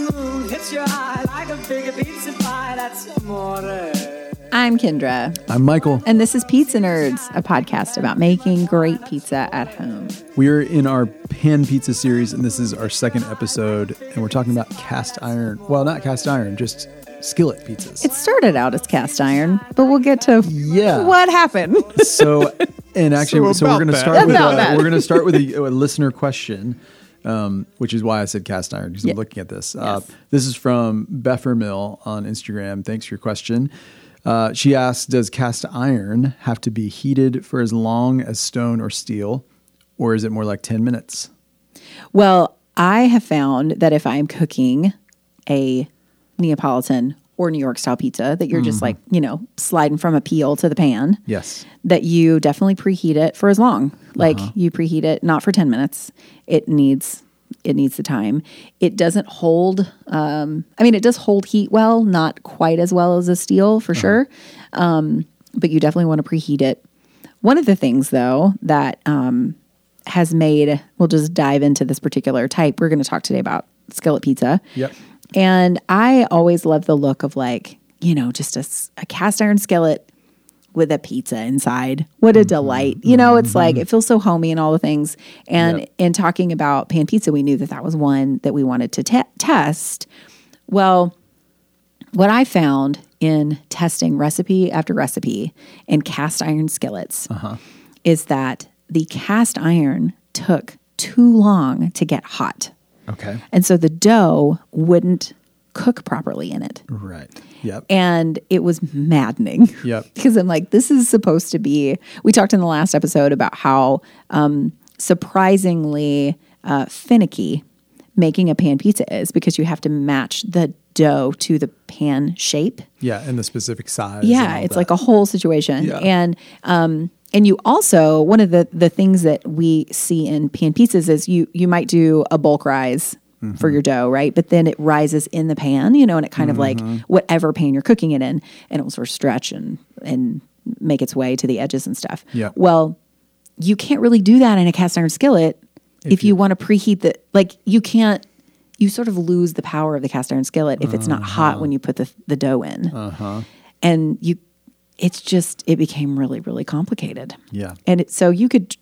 hurts your eye like a bigger pizza pie. That's amore. I'm Kendra, I'm Michael. and this is Pizza Nerds, a podcast about making great pizza at home. We're in our pan pizza series, and this is our second episode. And we're talking about cast iron. Well, not cast iron, just skillet pizzas. It started out as cast iron, but we'll get to Yeah. what happened. so, and actually, so, So we're about going to that. start with About a, that. we're going to start with a, a listener question, um, which is why I said cast iron because I'm looking at this. Uh, this is from Beffer Mill on Instagram. Thanks for your question. Uh, she asked, "Does cast iron have to be heated for as long as stone or steel, or is it more like ten minutes?" Well, I have found that if I'm cooking a Neapolitan or New York style pizza, that you're just like, you know, sliding from a peel to the pan, Mm-hmm. Yes. that you definitely preheat it for as long. Like you preheat it not for 10 minutes. It needs it needs the time. It doesn't hold um I mean it does hold heat well, not quite as well as a steel for sure. Um but you definitely want to preheat it. One of the things though that um has made we'll just dive into this particular type. We're going to talk today about skillet pizza. Yep. And I always love the look of like, you know, just a, s- a cast iron skillet with a pizza inside. What Mm-hmm. a delight. You know, it's like, it feels so homey and all the things. And Yep. in talking about pan pizza, we knew that that was one that we wanted to te- test. Well, what I found in testing recipe after recipe in cast iron skillets is that the cast iron took too long to get hot. Okay. And so the dough wouldn't cook properly in it. Right. Yep. And it was maddening. Yep. because I'm like, this is supposed to be. We talked in the last episode about how um, surprisingly uh, finicky making a pan pizza is because you have to match the dough to the pan shape. yeah, and the specific size. Yeah, it's like a whole situation. Yeah. And um and you also one of the the things that we see in pan pizzas is you you might do a bulk rise Mm-hmm. for your dough, right? But then it rises in the pan, you know, and it kind of Mm-hmm. like whatever pan you're cooking it in and it will sort of stretch and and make its way to the edges and stuff. Yeah. Well, you can't really do that in a cast iron skillet if, you, want to preheat the like you can't you sort of lose the power of the cast iron skillet if it's not hot when you Uh-huh. put the the dough in and you it's just it became really really complicated Yeah. and it, so you could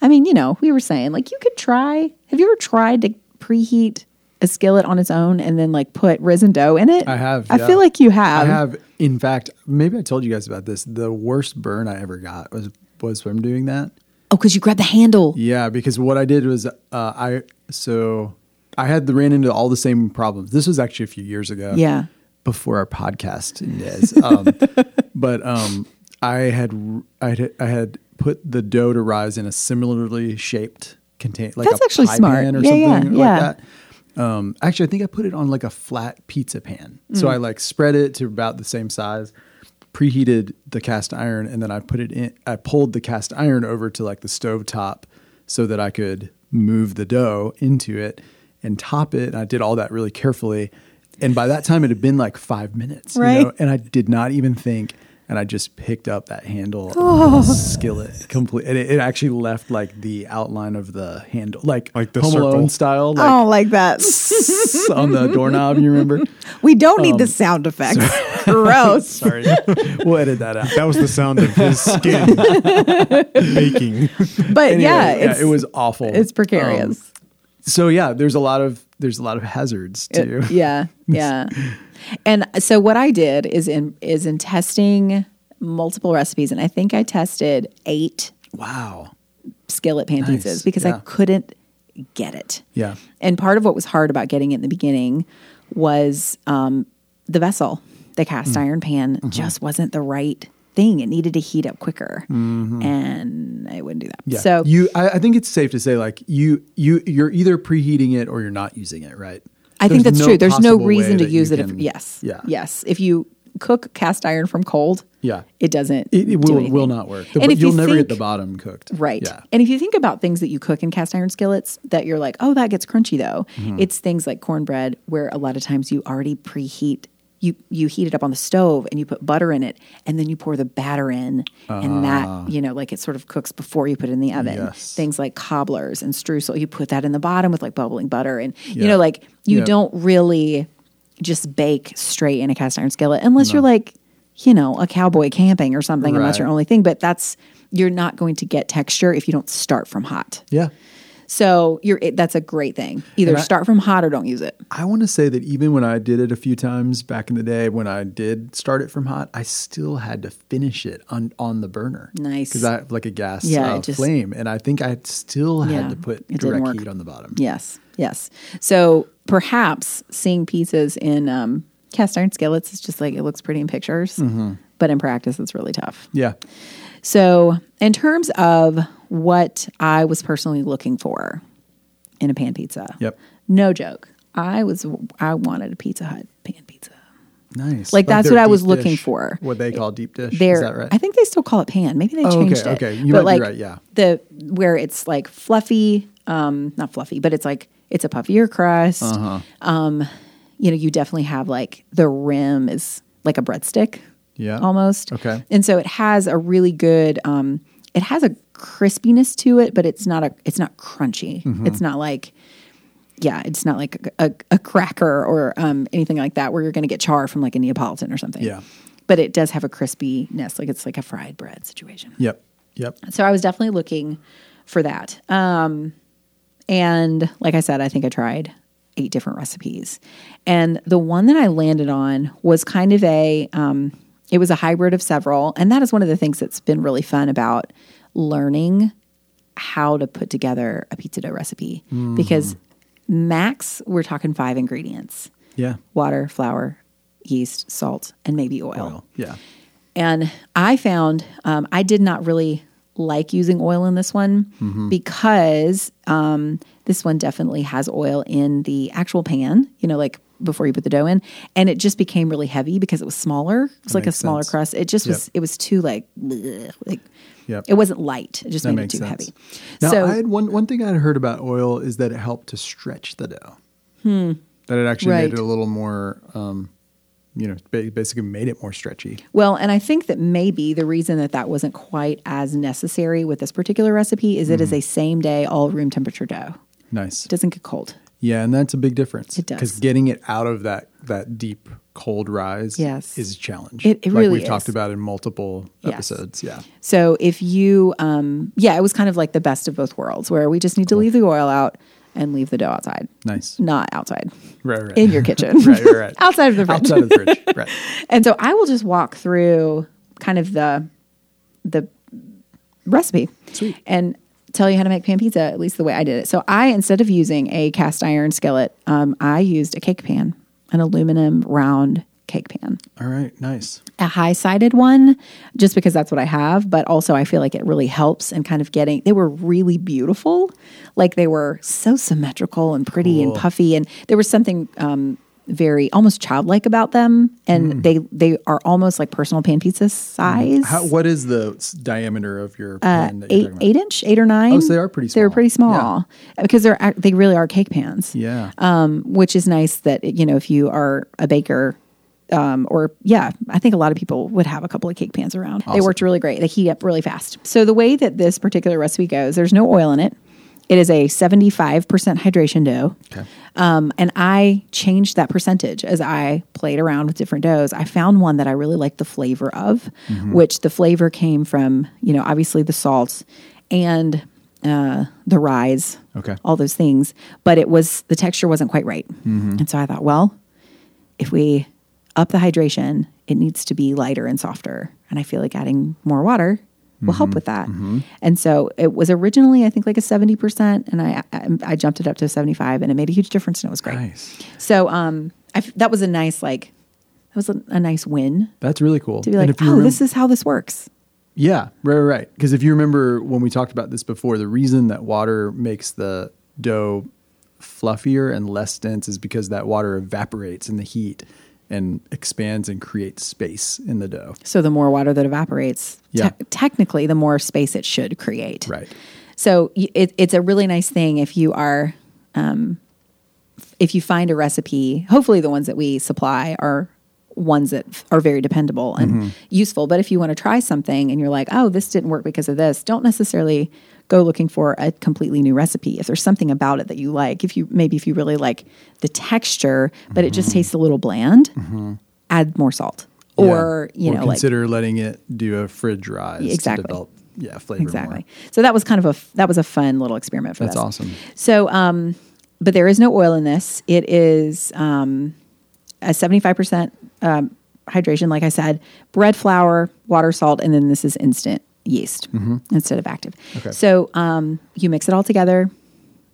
i mean you know we were saying like you could try have you ever tried to preheat a skillet on its own and then like put risen dough in it I have, i yeah. feel like you have I have, in fact, maybe I told you guys about this. The worst burn I ever got was was from doing that. oh because you grabbed the handle Yeah, because what I did was uh, I so I had the, ran into all the same problems. This was actually a few years ago. Yeah. before our podcast days. Um, but um, I had I had I had put the dough to rise in a similarly shaped contain like That's a actually pie smart. pan or Yeah, something yeah, like yeah. that. Um, actually, I think I put it on like a flat pizza pan. So I like spread it to about the same size, preheated the cast iron, and then I put it in. I pulled the cast iron over to like the stove top so that I could move the dough into it and top it. And I did all that really carefully. And by that time, it had been like five minutes, you Right. know, and I did not even think. And I just picked up that handle of the skillet complete, and it, it actually left like the outline of the handle, like Like the Home Alone circle. style, like oh like that on the doorknob. You remember? we don't need the sound effects gross um, Sorry, we'll edit that out. That was the sound of his skin baking. but Anyway, yeah, it's, it was awful. it's precarious Um, so yeah, there's a lot of there's a lot of hazards It- too. yeah, yeah. and so what I did is in is in testing multiple recipes, and I think I tested eight Wow. skillet pan Nice, pizzas because I yeah. couldn't get it. Yeah. And part of what was hard about getting it in the beginning was um, the vessel. The cast Mm. iron pan Mm-hmm. just wasn't the right thing. It needed to heat up quicker, and I wouldn't do that. Mm-hmm. Yeah. So you, I, I think it's safe to say like you, you, you're either preheating it or you're not using it, right? I think There's that's true. There's no possible way reason to that you use it. can- if, yes. Yeah. Yes. If you cook cast iron from cold, Yeah. it doesn't. It, it do will anything. will not work. The- And if you'll you never think, get the bottom cooked. Right. Yeah. And if you think about things that you cook in cast iron skillets that you're like, oh, that gets crunchy though, Mm-hmm. it's things like cornbread where a lot of times you already preheat. You, you heat it up on the stove and you put butter in it and then you pour the batter in and that you know like it sort of cooks before you put it in the oven Ah. Yes. things like cobblers and streusel you put that in the bottom with like bubbling butter and you Yeah. know like you Yeah. don't really just bake straight in a cast iron skillet unless you're like, you know, a cowboy camping or something, and that's your Right. only thing. But that's you're not going to get texture if you don't start from hot. Yeah. So you're it, that's a great thing. Either And I- start from hot or don't use it. I want to say that even when I did it a few times back in the day, when I did start it from hot, I still had to finish it on, on the burner. Nice. Because I have like a gas Yeah, uh, it just- flame. And I think I still Yeah, had to put it didn't direct work. heat on the bottom. Yes, yes. So perhaps seeing pizzas in um, cast iron skillets is just like it looks pretty in pictures, Mm-hmm. but in practice, it's really tough. Yeah. So, in terms of what I was personally looking for in a pan pizza, Yep. no joke, I was I wanted a Pizza Hut pan pizza. Nice. Like, that's their what I was deep looking dish, for. What they call deep dish. There, Is that right? I think they still call it pan. Maybe they Oh, changed okay, it. okay. You but might like be right, yeah. the where it's like fluffy, um, not fluffy, but it's like it's a puffier crust. Uh-huh. Um, you know, you definitely have like the rim is like a breadstick. Yeah. almost. Okay. and so it has a really good. Um, it has a crispiness to it, but it's not a. It's not crunchy. Mm-hmm. It's not like. Yeah, it's not like a, a, a cracker or um, anything like that where you're going to get char from like a Neapolitan or something Yeah. but it does have a crispiness like it's like a fried bread situation Yep. Yep. so i was definitely looking for that um, and like i said i think i tried eight different recipes and the one that i landed on was kind of a um, it was a hybrid of several and that is one of the things that's been really fun about learning how to put together a pizza dough recipe because max we're talking five ingredients Yeah. water flour yeast salt and maybe oil. Well, yeah. And I found um, I did not really like using oil in this one Mm-hmm. because um, this one definitely has oil in the actual pan, you know, like before you put the dough in. And it just became really heavy because it was smaller. It's like a makes smaller sense. crust. It just was, Yep. it was too like, bleh, like Yep. it wasn't light. It just That made it makes too sense. heavy. Now, so, I had one one thing I had heard about oil is that it helped to stretch the dough. That it actually Hmm. Right. made it a little more, um, you know, ba- basically made it more stretchy. Well, and I think that maybe the reason that that wasn't quite as necessary with this particular recipe is it Mm-hmm. is a same day, all room temperature dough. Nice. It doesn't get cold. Yeah, and that's a big difference. It does. because getting it out of that that deep cold rise, Yes. is a challenge. It- it like really we've is. talked about in multiple Yes. episodes. Yeah, So if you, um, yeah, it was kind of like the best of both worlds where we just need to leave the oil out and leave the dough outside. nice. Not outside. Right, right. In your kitchen. Right, right, right. outside of the fridge. Outside of the fridge, right? And so I will just walk through kind of the the recipe. Sweet. And tell you how to make pan pizza, at least the way I did it. So I instead of using a cast iron skillet, um, I used a cake pan, an aluminum round cake pan. All right, nice. A high sided one, just because that's what I have, but also I feel like it really helps in kind of getting they were really beautiful. Like they were so symmetrical and pretty and Cool. puffy and there was something um very almost childlike about them and they they are almost like personal pan pizza size Mm. How, what is the s- diameter of your uh, pan that you're eight talking about? eight inch, eight or nine. Oh, so they are pretty They're small. pretty small because they're ac- they really are cake pans. Yeah. um, which is nice that you know if you are a baker. Um, or yeah, I think a lot of people would have a couple of cake pans around. They worked really great. They heat up really fast. So the way that this particular recipe goes, there's no oil in it. It is a 75% hydration dough. Okay. Um, and I changed that percentage as I played around with different doughs. I found one that I really liked the flavor of, Mm-hmm. which the flavor came from, you know, obviously the salt and uh, the rise, Okay. all those things. But it was the texture wasn't quite right. Mm-hmm. And so I thought, well, if we up the hydration, it needs to be lighter and softer. And I feel like adding more water will Mm-hmm. help with that. And so it was originally, I think, like a 70%, and I, I, I jumped it up to 75 and it made a huge difference and it was great. Nice. So um, I f that was a nice, like, that was a, a nice win That's really cool. to be And like, if oh, you remem- this is how this works. Yeah, right, right, right. Because if you remember when we talked about this before, the reason that water makes the dough fluffier and less dense is because that water evaporates in the heat and expands and creates space in the dough. So the more water that evaporates, te- Yeah. technically, the more space it should create. Right. So y- it, it's a really nice thing if you are, um, if you find a recipe. Hopefully, the ones that we supply are ones that f- are very Mm-hmm. dependable and useful. But if you want to try something and you're like, oh, this didn't work because of this, don't necessarily go looking for a completely new recipe. If there's something about it that you like, if you maybe if you really like the texture, but it Mm-hmm. just tastes a little bland, add more salt. Or, Yeah. you know, like consider letting it do a fridge rise Exactly. to develop yeah flavor exactly. more. So that was kind of a f- that was a fun little experiment for That's this. awesome. So, um, but there is no oil in this. It is um, a seventy five percent um, hydration. Like I said, bread flour, water, salt, and then this is instant yeast instead of active. Mm-hmm. Okay. So um, you mix it all together.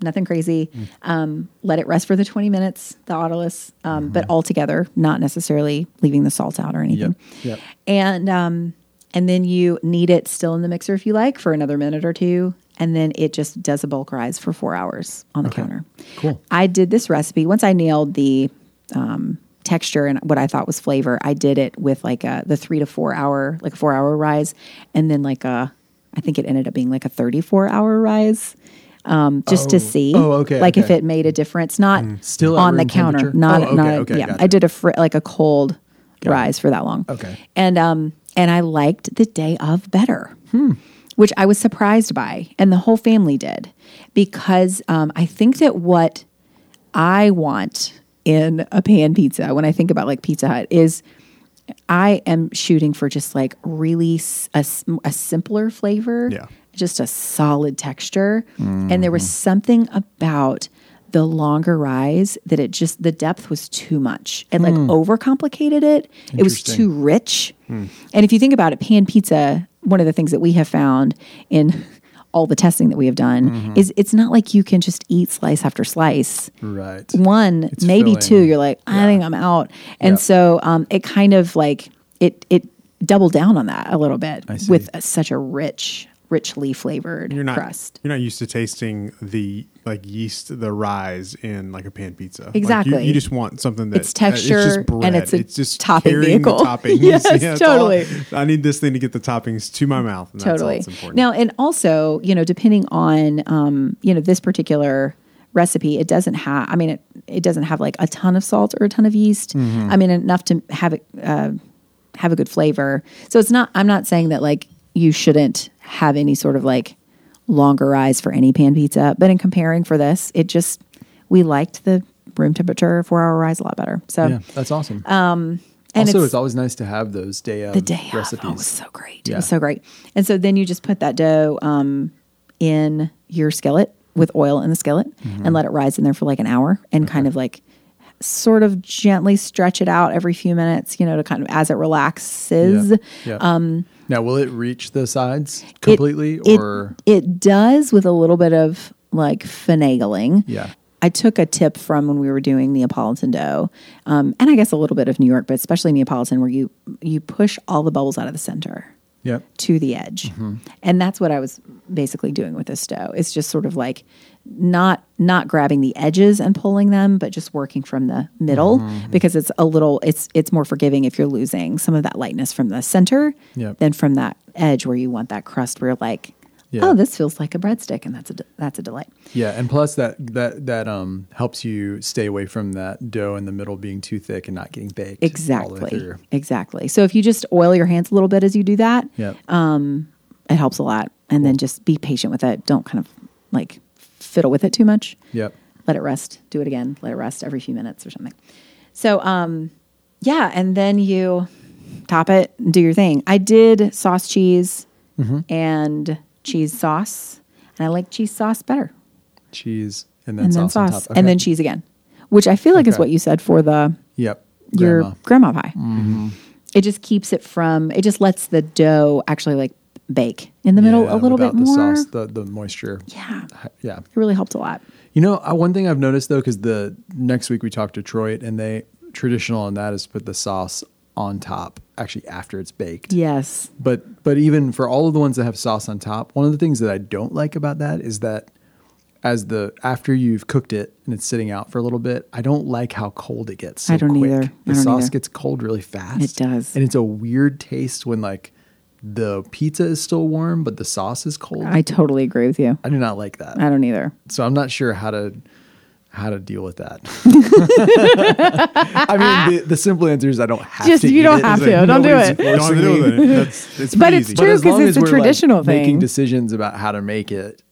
Nothing crazy. Mm. Um, let it rest for the twenty minutes. The autolus, um, Mm-hmm. but all together, not necessarily leaving the salt out or anything Yep. Yep. and um, and then you knead it still in the mixer if you like for another minute or two, and then it just does a bulk rise for four hours on the counter. Cool. I did this recipe once I nailed the um, texture and what I thought was flavor. I did it with like a the three to four hour like a four hour rise, and then like a I think it ended up being like a thirty four hour rise. Um, just Oh. to see, Oh, okay, like if okay. Mm. it made a difference, not Still at on the room counter, temperature? not Oh, okay, not okay, yeah. gotcha. I did a fr- like a cold it. rise for that long. Okay. And um and I liked the day of better. Which I was surprised by and the whole family did because um I think that what I want in a pan pizza when I think about like Pizza Hut is I am shooting for just like really s- a, s- a simpler flavor, Yeah. just a solid texture. And there was something about the longer rise that it just, the depth was too much and like overcomplicated it. It was too rich. And if you think about it, pan pizza, one of the things that we have found in all the testing that we have done is it's not like you can just eat slice after slice Right. one, It's maybe filling. two, you're like, I think I'm out. And Yeah. so um, it kind of like it it doubled down on that a little bit see. with a, such a rich, richly flavored You're not crust. you're not used to tasting the like yeast the rise in like a pan pizza. Like, you- Exactly. you, just want something that It's uh, texture and bread. it's a topping carrying vehicle. The toppings. Yes, it's all- totally. I need this thing to get the toppings to my mouth. And totally. That's all that's important. Now, and also, you know, depending on um, you know, this particular recipe, it doesn't have I mean it it doesn't have like a ton of salt or a ton of yeast. Mm-hmm. I mean enough to have it uh, have a good flavor. So it's not I'm not saying that like you shouldn't have any sort of like longer eyes for any pan pizza, but in comparing for this, it just we liked the room temperature 4-hour rise a lot better. So Yeah, that's awesome. um, and also, it's, it's always nice to have those day of the day of. recipes. Oh, it was so great. It Yeah. was so great. And so then you just put that dough um, in your skillet with oil in the skillet Mm-hmm. and let it rise in there for like an hour and kind of like sort of gently stretch it out every few minutes, you know, to kind of as it relaxes. Um, Yeah, yeah. now, will it reach the sides completely, it, or it does with a little bit of like finagling. Yeah. I took a tip from when we were doing Neapolitan dough, um, and I guess a little bit of New York, but especially Neapolitan, where you you push all the bubbles out of the center yep, to the edge. And that's what I was basically doing with this dough. It's just sort of like not not grabbing the edges and pulling them, but just working from the middle Mm-hmm. because it's a little it's it's more forgiving if you're losing some of that lightness from the center Yep. than from that edge where you want that crust where you're like Yeah. oh this feels like a breadstick and that's a de- that's a delight. yeah, and plus that that that um helps you stay away from that dough in the middle being too thick and not getting baked all the way Exactly. through. Exactly. So if you just oil your hands a little bit as you do that, Yep. Um, it helps a lot. And then just be patient with it. Don't kind of like fiddle with it too much. yep. let it rest do it again let it rest every few minutes or something so um yeah and then you top it and do your thing i did sauce cheese Mm-hmm. and cheese sauce and i like cheese sauce better Cheese and then and then sauce, sauce, on top. Okay. and then cheese again which i feel like is Okay. what you said for the Yep. your Grandma. Mm-hmm. grandma, pie it just keeps it from it just lets the dough actually like bake in the middle Yeah, a little bit without more the sauce, the, the moisture. yeah it Yeah. really helped a lot You know, I, one thing I've noticed though, because the next week we talk Detroit, and they traditional on that is put the sauce on top, actually after it's baked. yes But but even for all of the ones that have sauce on top, one of the things that I don't like about that is that as the after you've cooked it and it's sitting out for a little bit, I don't like how cold it gets. So I don't quick. either. I The don't sauce either. gets cold really fast. It does. and it's a weird taste when like the pizza is still warm but the sauce is cold. i I, totally agree with you do not like that. i don't either so I'm not sure how to how to deal with that. I mean, the, the simple answer is I don't have Just- to. you eat don't it. have It's to. Don't do nobody's it. Don't have to forcing deal me. with it. That's, it's But pretty it's easy. true. But as 'cause long it's as a we're, like, traditional thing. Making decisions about how to make it.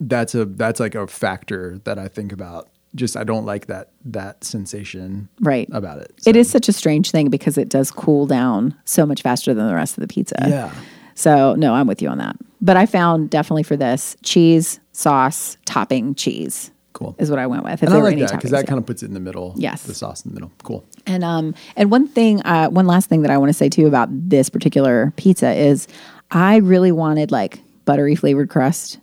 That's a that's like a factor that I think about. Just I don't like that that sensation Right. about it. It is such a strange thing because it does cool down so much faster than the rest of the pizza. Yeah. So, no, I'm with you on that. But I found definitely for this cheese, sauce, topping, cheese. Cool. Is what I went with. If and I there were like any that because toppings, that yeah. kind of puts it in the middle. Yes. the sauce in the middle. Cool. And um and one thing uh one last thing that I want to say too about this particular pizza is I really wanted like buttery flavored crust.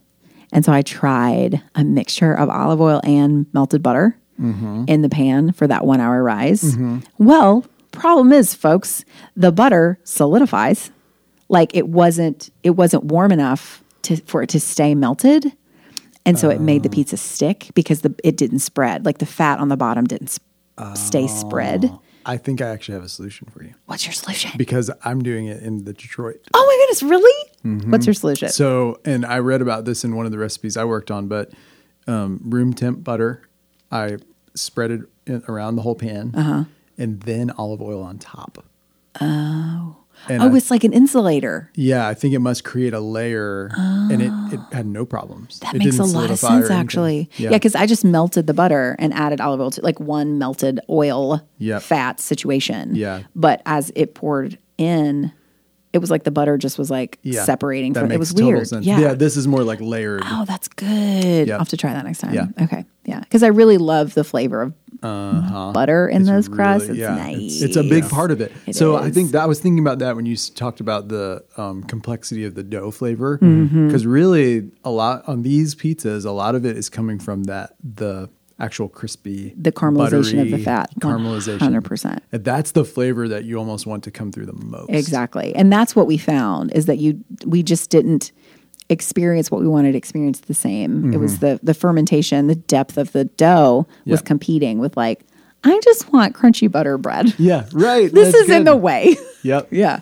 And so I tried a mixture of olive oil and melted butter in the pan for that 1 hour rise. Well, problem is folks, the butter solidifies. Like it wasn't it wasn't warm enough to for it to stay melted. And so it made the pizza stick because the it didn't spread. Like the fat on the bottom didn't sp- stay spread. I think I actually have a solution for you Oh. What's your solution? because I'm doing it in the Detroit oh my goodness, really? What's your solution? Mm-hmm. So, and I read about this in one of the recipes I worked on, but um, room temp butter, I spread it in, around the whole pan, Uh-huh. and then olive oil on top. Oh, and oh, I- it's like an insulator. yeah, I think it must create a layer, and it, it had no problems. Oh. That It makes a didn't lot of solidify or sense, anything. actually. Yeah, Yeah, because I just melted the butter and added olive oil to like one melted oil Yep. fat situation. Yeah. But as it poured in, it was like the butter just was like Yeah. separating That from it makes was total weird. sense. Yeah. this is more like layered. Oh, that's good. Yep. I'll have to try that next time. Yeah. Okay. Yeah. Because I really love the flavor of butter in those Uh-huh. really- crusts. It's yeah, nice. It's, it's a big part of it. It so I is. think that I was thinking about that when you s- talked about the um, complexity of the dough flavor, because Mm-hmm. really a lot on these pizzas, a lot of it is coming from that the actual crispy, The caramelization of the buttery fat, caramelization, 100%. And That's the flavor that you almost want to come through the most. Exactly. And that's what we found is that you we just didn't experience what we wanted to experience the same. It was the the fermentation, the depth of the dough was Mm-hmm. Yeah. competing with like I just want crunchy butter bread. Yeah, right. this that's is in good. the way. Yep. yeah.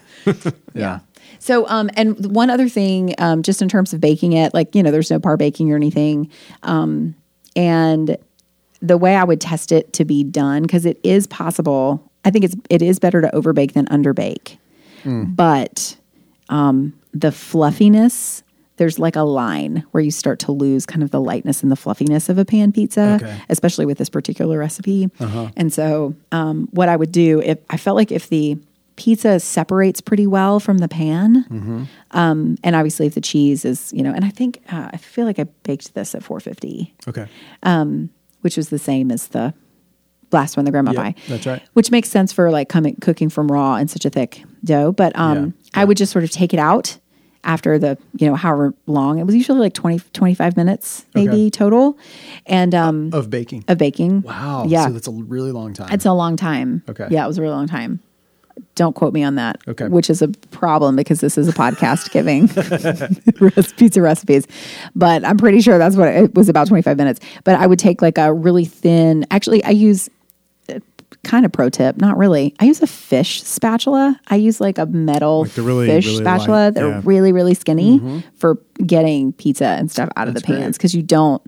Yeah. So, um, and one other thing, um, just in terms of baking it, like, you know, there's no par baking or anything. Um, and the way I would test it to be done, because it is possible, I think it's, it is better to overbake than underbake. But um, the fluffiness, there's like a line where you start to lose kind of the lightness and the fluffiness of a pan pizza, Okay. especially with this particular recipe. And so, um, what I would do if I felt like if the pizza separates pretty well from the pan, um, and obviously if the cheese is, you know, and I think uh, I feel like I baked this at 450 Okay. which was the same as the last one, the grandma Yeah, pie. that's right. Which makes sense for like coming cooking from raw in such a thick dough. But um, I would just sort of take it out after the you know however long it was usually like 20 25 minutes maybe Okay. total and um Of baking. of baking wow. yeah So that's a really long time. it's a long time Okay. yeah it was a really long time don't quote me on that Okay. which is a problem because this is a podcast giving res- pizza recipes. But I'm pretty sure that's what it was about 25 minutes. But I would take like a really thin, actually, I use uh, kind of pro tip, not really. I use a fish spatula. I use like a metal Like the really, fish really spatula. light- They're yeah. Mm-hmm. really, really skinny for getting pizza and stuff out of the pans because you don't,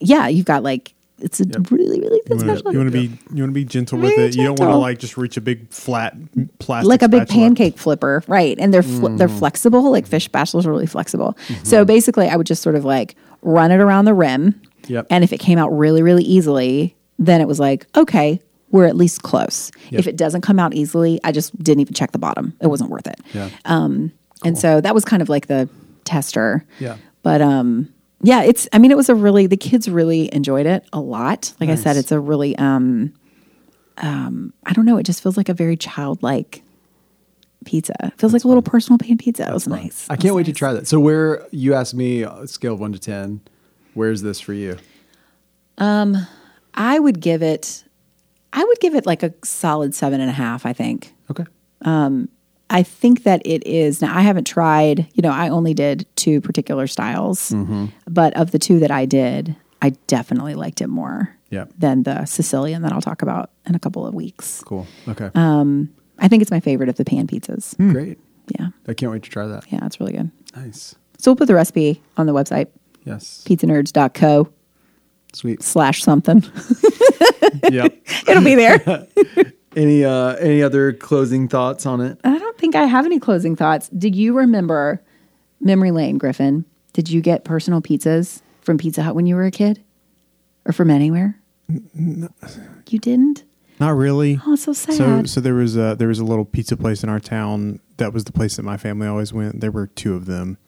yeah, you've got like, it's a really, really thin You spatula. want to be you want to be gentle with Really it. You don't want to gentle. like just reach a big flat plastic like a big spatula. Mm. pancake flipper, right? And they're fl- they're flexible. Like fish spatulas are really flexible. Mm-hmm. So basically, I would just sort of like run it around the rim, Yep. and if it came out really really easily, then it was like okay, we're at least close. If it doesn't come out easily, I just didn't even check the bottom. It wasn't worth it. yeah. And so that was kind of like the tester. Yeah. But um yeah, it's I mean it was a really the kids really enjoyed it a lot. Like I said, it's a really um um I don't know, it just feels like a very childlike pizza. It feels like a little personal pan pizza. It was nice. I can't wait to try that. So, where you asked me uh, scale of one to ten, where's this for you? I would give it I would give it like a solid seven and a half, I think. Okay. I think that it is. Now, I haven't tried, you know, I only did two particular styles, Mm-hmm. but of the two that I did, I definitely liked it more Yeah. than the Sicilian that I'll talk about in a couple of weeks. Cool. Okay. Um, I think it's my favorite of the pan pizzas. Great. Yeah. I can't wait to try that. hmm. Yeah, it's really good. Nice. So we'll put the recipe on the website, Yes. pizzanerds.co Sweet. slash something. Yep. It'll be there. any uh any other closing thoughts on it? I don't think I have any closing thoughts. Did you remember Memory Lane, Griffin? Did you get personal pizzas from Pizza Hut when you were a kid or from anywhere? You didn't? Not really. Oh, so So sad. so there was a there was a little pizza place in our town that was the place that my family always went. There were two of them.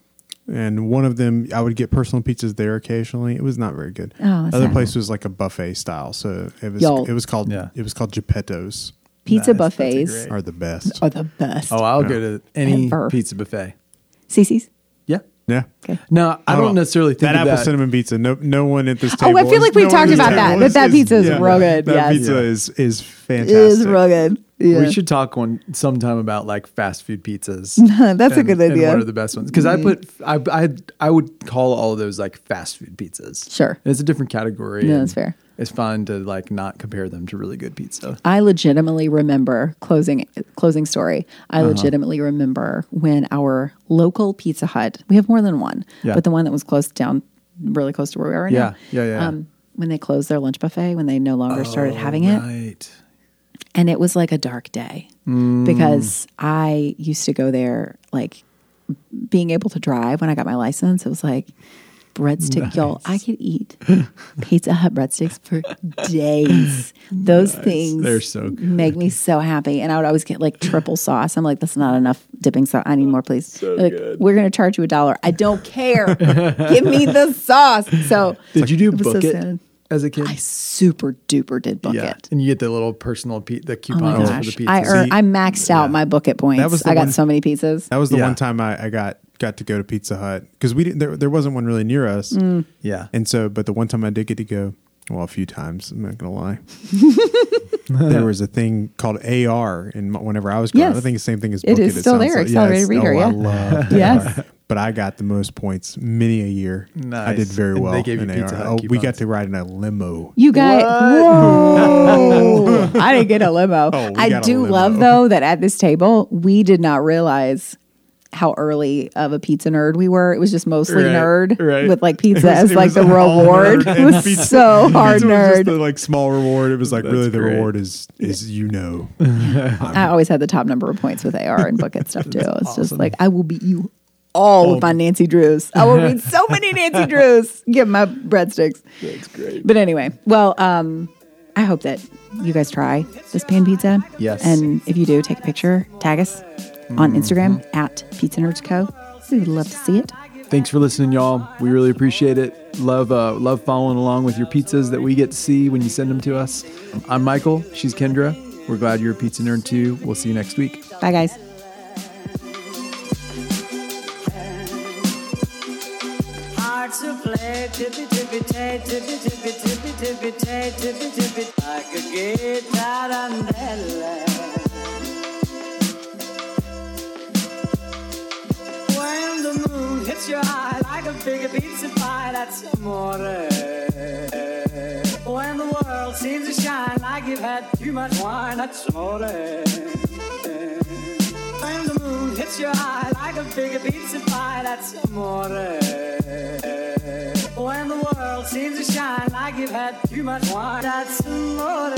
And one of them I would get personal pizzas there occasionally. It was not very good. Oh, that's Other sad. place was like a buffet style. So it was Y'all- it was called Yeah. it was called Geppetto's Pizza Nice. That's a buffets great- are the best. are the best. Oh, I'll go to any Ever. pizza buffet. Cece's? Yeah. yeah. Okay. No, I Hold don't on. necessarily think that of apple that. cinnamon pizza. No, no one at this Oh, I table. feel like is- we've no talked one at this about that, table that that pizza is real good, That yes. pizza Yeah. is is It fantastic. is real good. Yeah. We should talk one sometime about like fast food pizzas. That's a and- good And idea. Mm-hmm. what are the best ones? Because I put I, I I would call all of those like fast food pizzas. Sure. And it's a different category. Yeah, and that's fair. It's fun to like not compare them to really good pizza. I legitimately remember closing closing story. I Uh-huh. legitimately remember when our local Pizza Hut. We have more than one, Yeah. but the one that was close down, really close to where we are right Yeah, now. um, yeah, yeah. Oh, when they closed their lunch buffet, when they no longer started having it, Right. and it was like a dark day Mm. because I used to go there like being able to drive when I got my license. It was like breadstick, y'all. I could eat Pizza Hut breadsticks for days. Those things They're so good. make me so happy, and I would always get like triple sauce. I'm like, that's not enough dipping sauce. I need more, please. They're like, We're gonna charge you a dollar. I don't care. Give me the sauce. So Did you do was so bucket sad. as a kid? I super duper did bucket. And you get the little personal pe- the Oh my coupons for the gosh. pizza. I, earn, See, I maxed out my bucket points. was the I got one- so many pizzas. That was the Yeah. one time I, I got got to go to Pizza Hut because we didn't, there there wasn't one really near us, Mm. yeah. and so but the one time I did get to go, well, a few times I'm not gonna lie. there was a thing called AR, and whenever I was growing, up, Yes. I think the same thing as It Book is still sounds there, like- accelerated it's- reader, oh, I yeah. love Yes. AR. But I got the most points, many a year. I Nice. did very And well. they gave you in Pizza AR. Hut Oh, we got coupons. to ride in a limo. You got whoa! I didn't get a limo. Oh, we I got a do limo. love though that at this table we did not realize how early of a pizza nerd we were. It was just mostly Right, nerd right. with like It pizza was- as it like was the all reward. nerd It and was pizza- so hard Pizza was just the, nerd. like small reward. It was like That's really the great. reward is is you know. I always had the top number of points with AR and bucket stuff too. It's just like I will beat you Oh. all with my Nancy Drews. I will beat so many Nancy Drews. Give my breadsticks. That's great. But anyway, well, um, I hope that you guys try this pan pizza. Yes. And if you do, take a picture, tag us on Instagram at Pizza Nerds Co. We would love to see it. Thanks for listening, y'all. We really appreciate it. Love, uh, love following along with your pizzas that we get to see when you send them to us. I'm Michael. She's Kendra. We're glad you're a pizza nerd too. We'll see you next week. Bye, guys. hard to play. Tippy tippy tay, tippy tippy tippy tippy tay, tippy tippy. I could get that umbrella. When the moon hits your eye like a big pizza pie, that's amore. When the world seems to shine like you've had too much wine, that's amore. When the moon hits your eye like a big pizza pie, that's amore. When the world seems to shine like you've had too much wine, that's amore.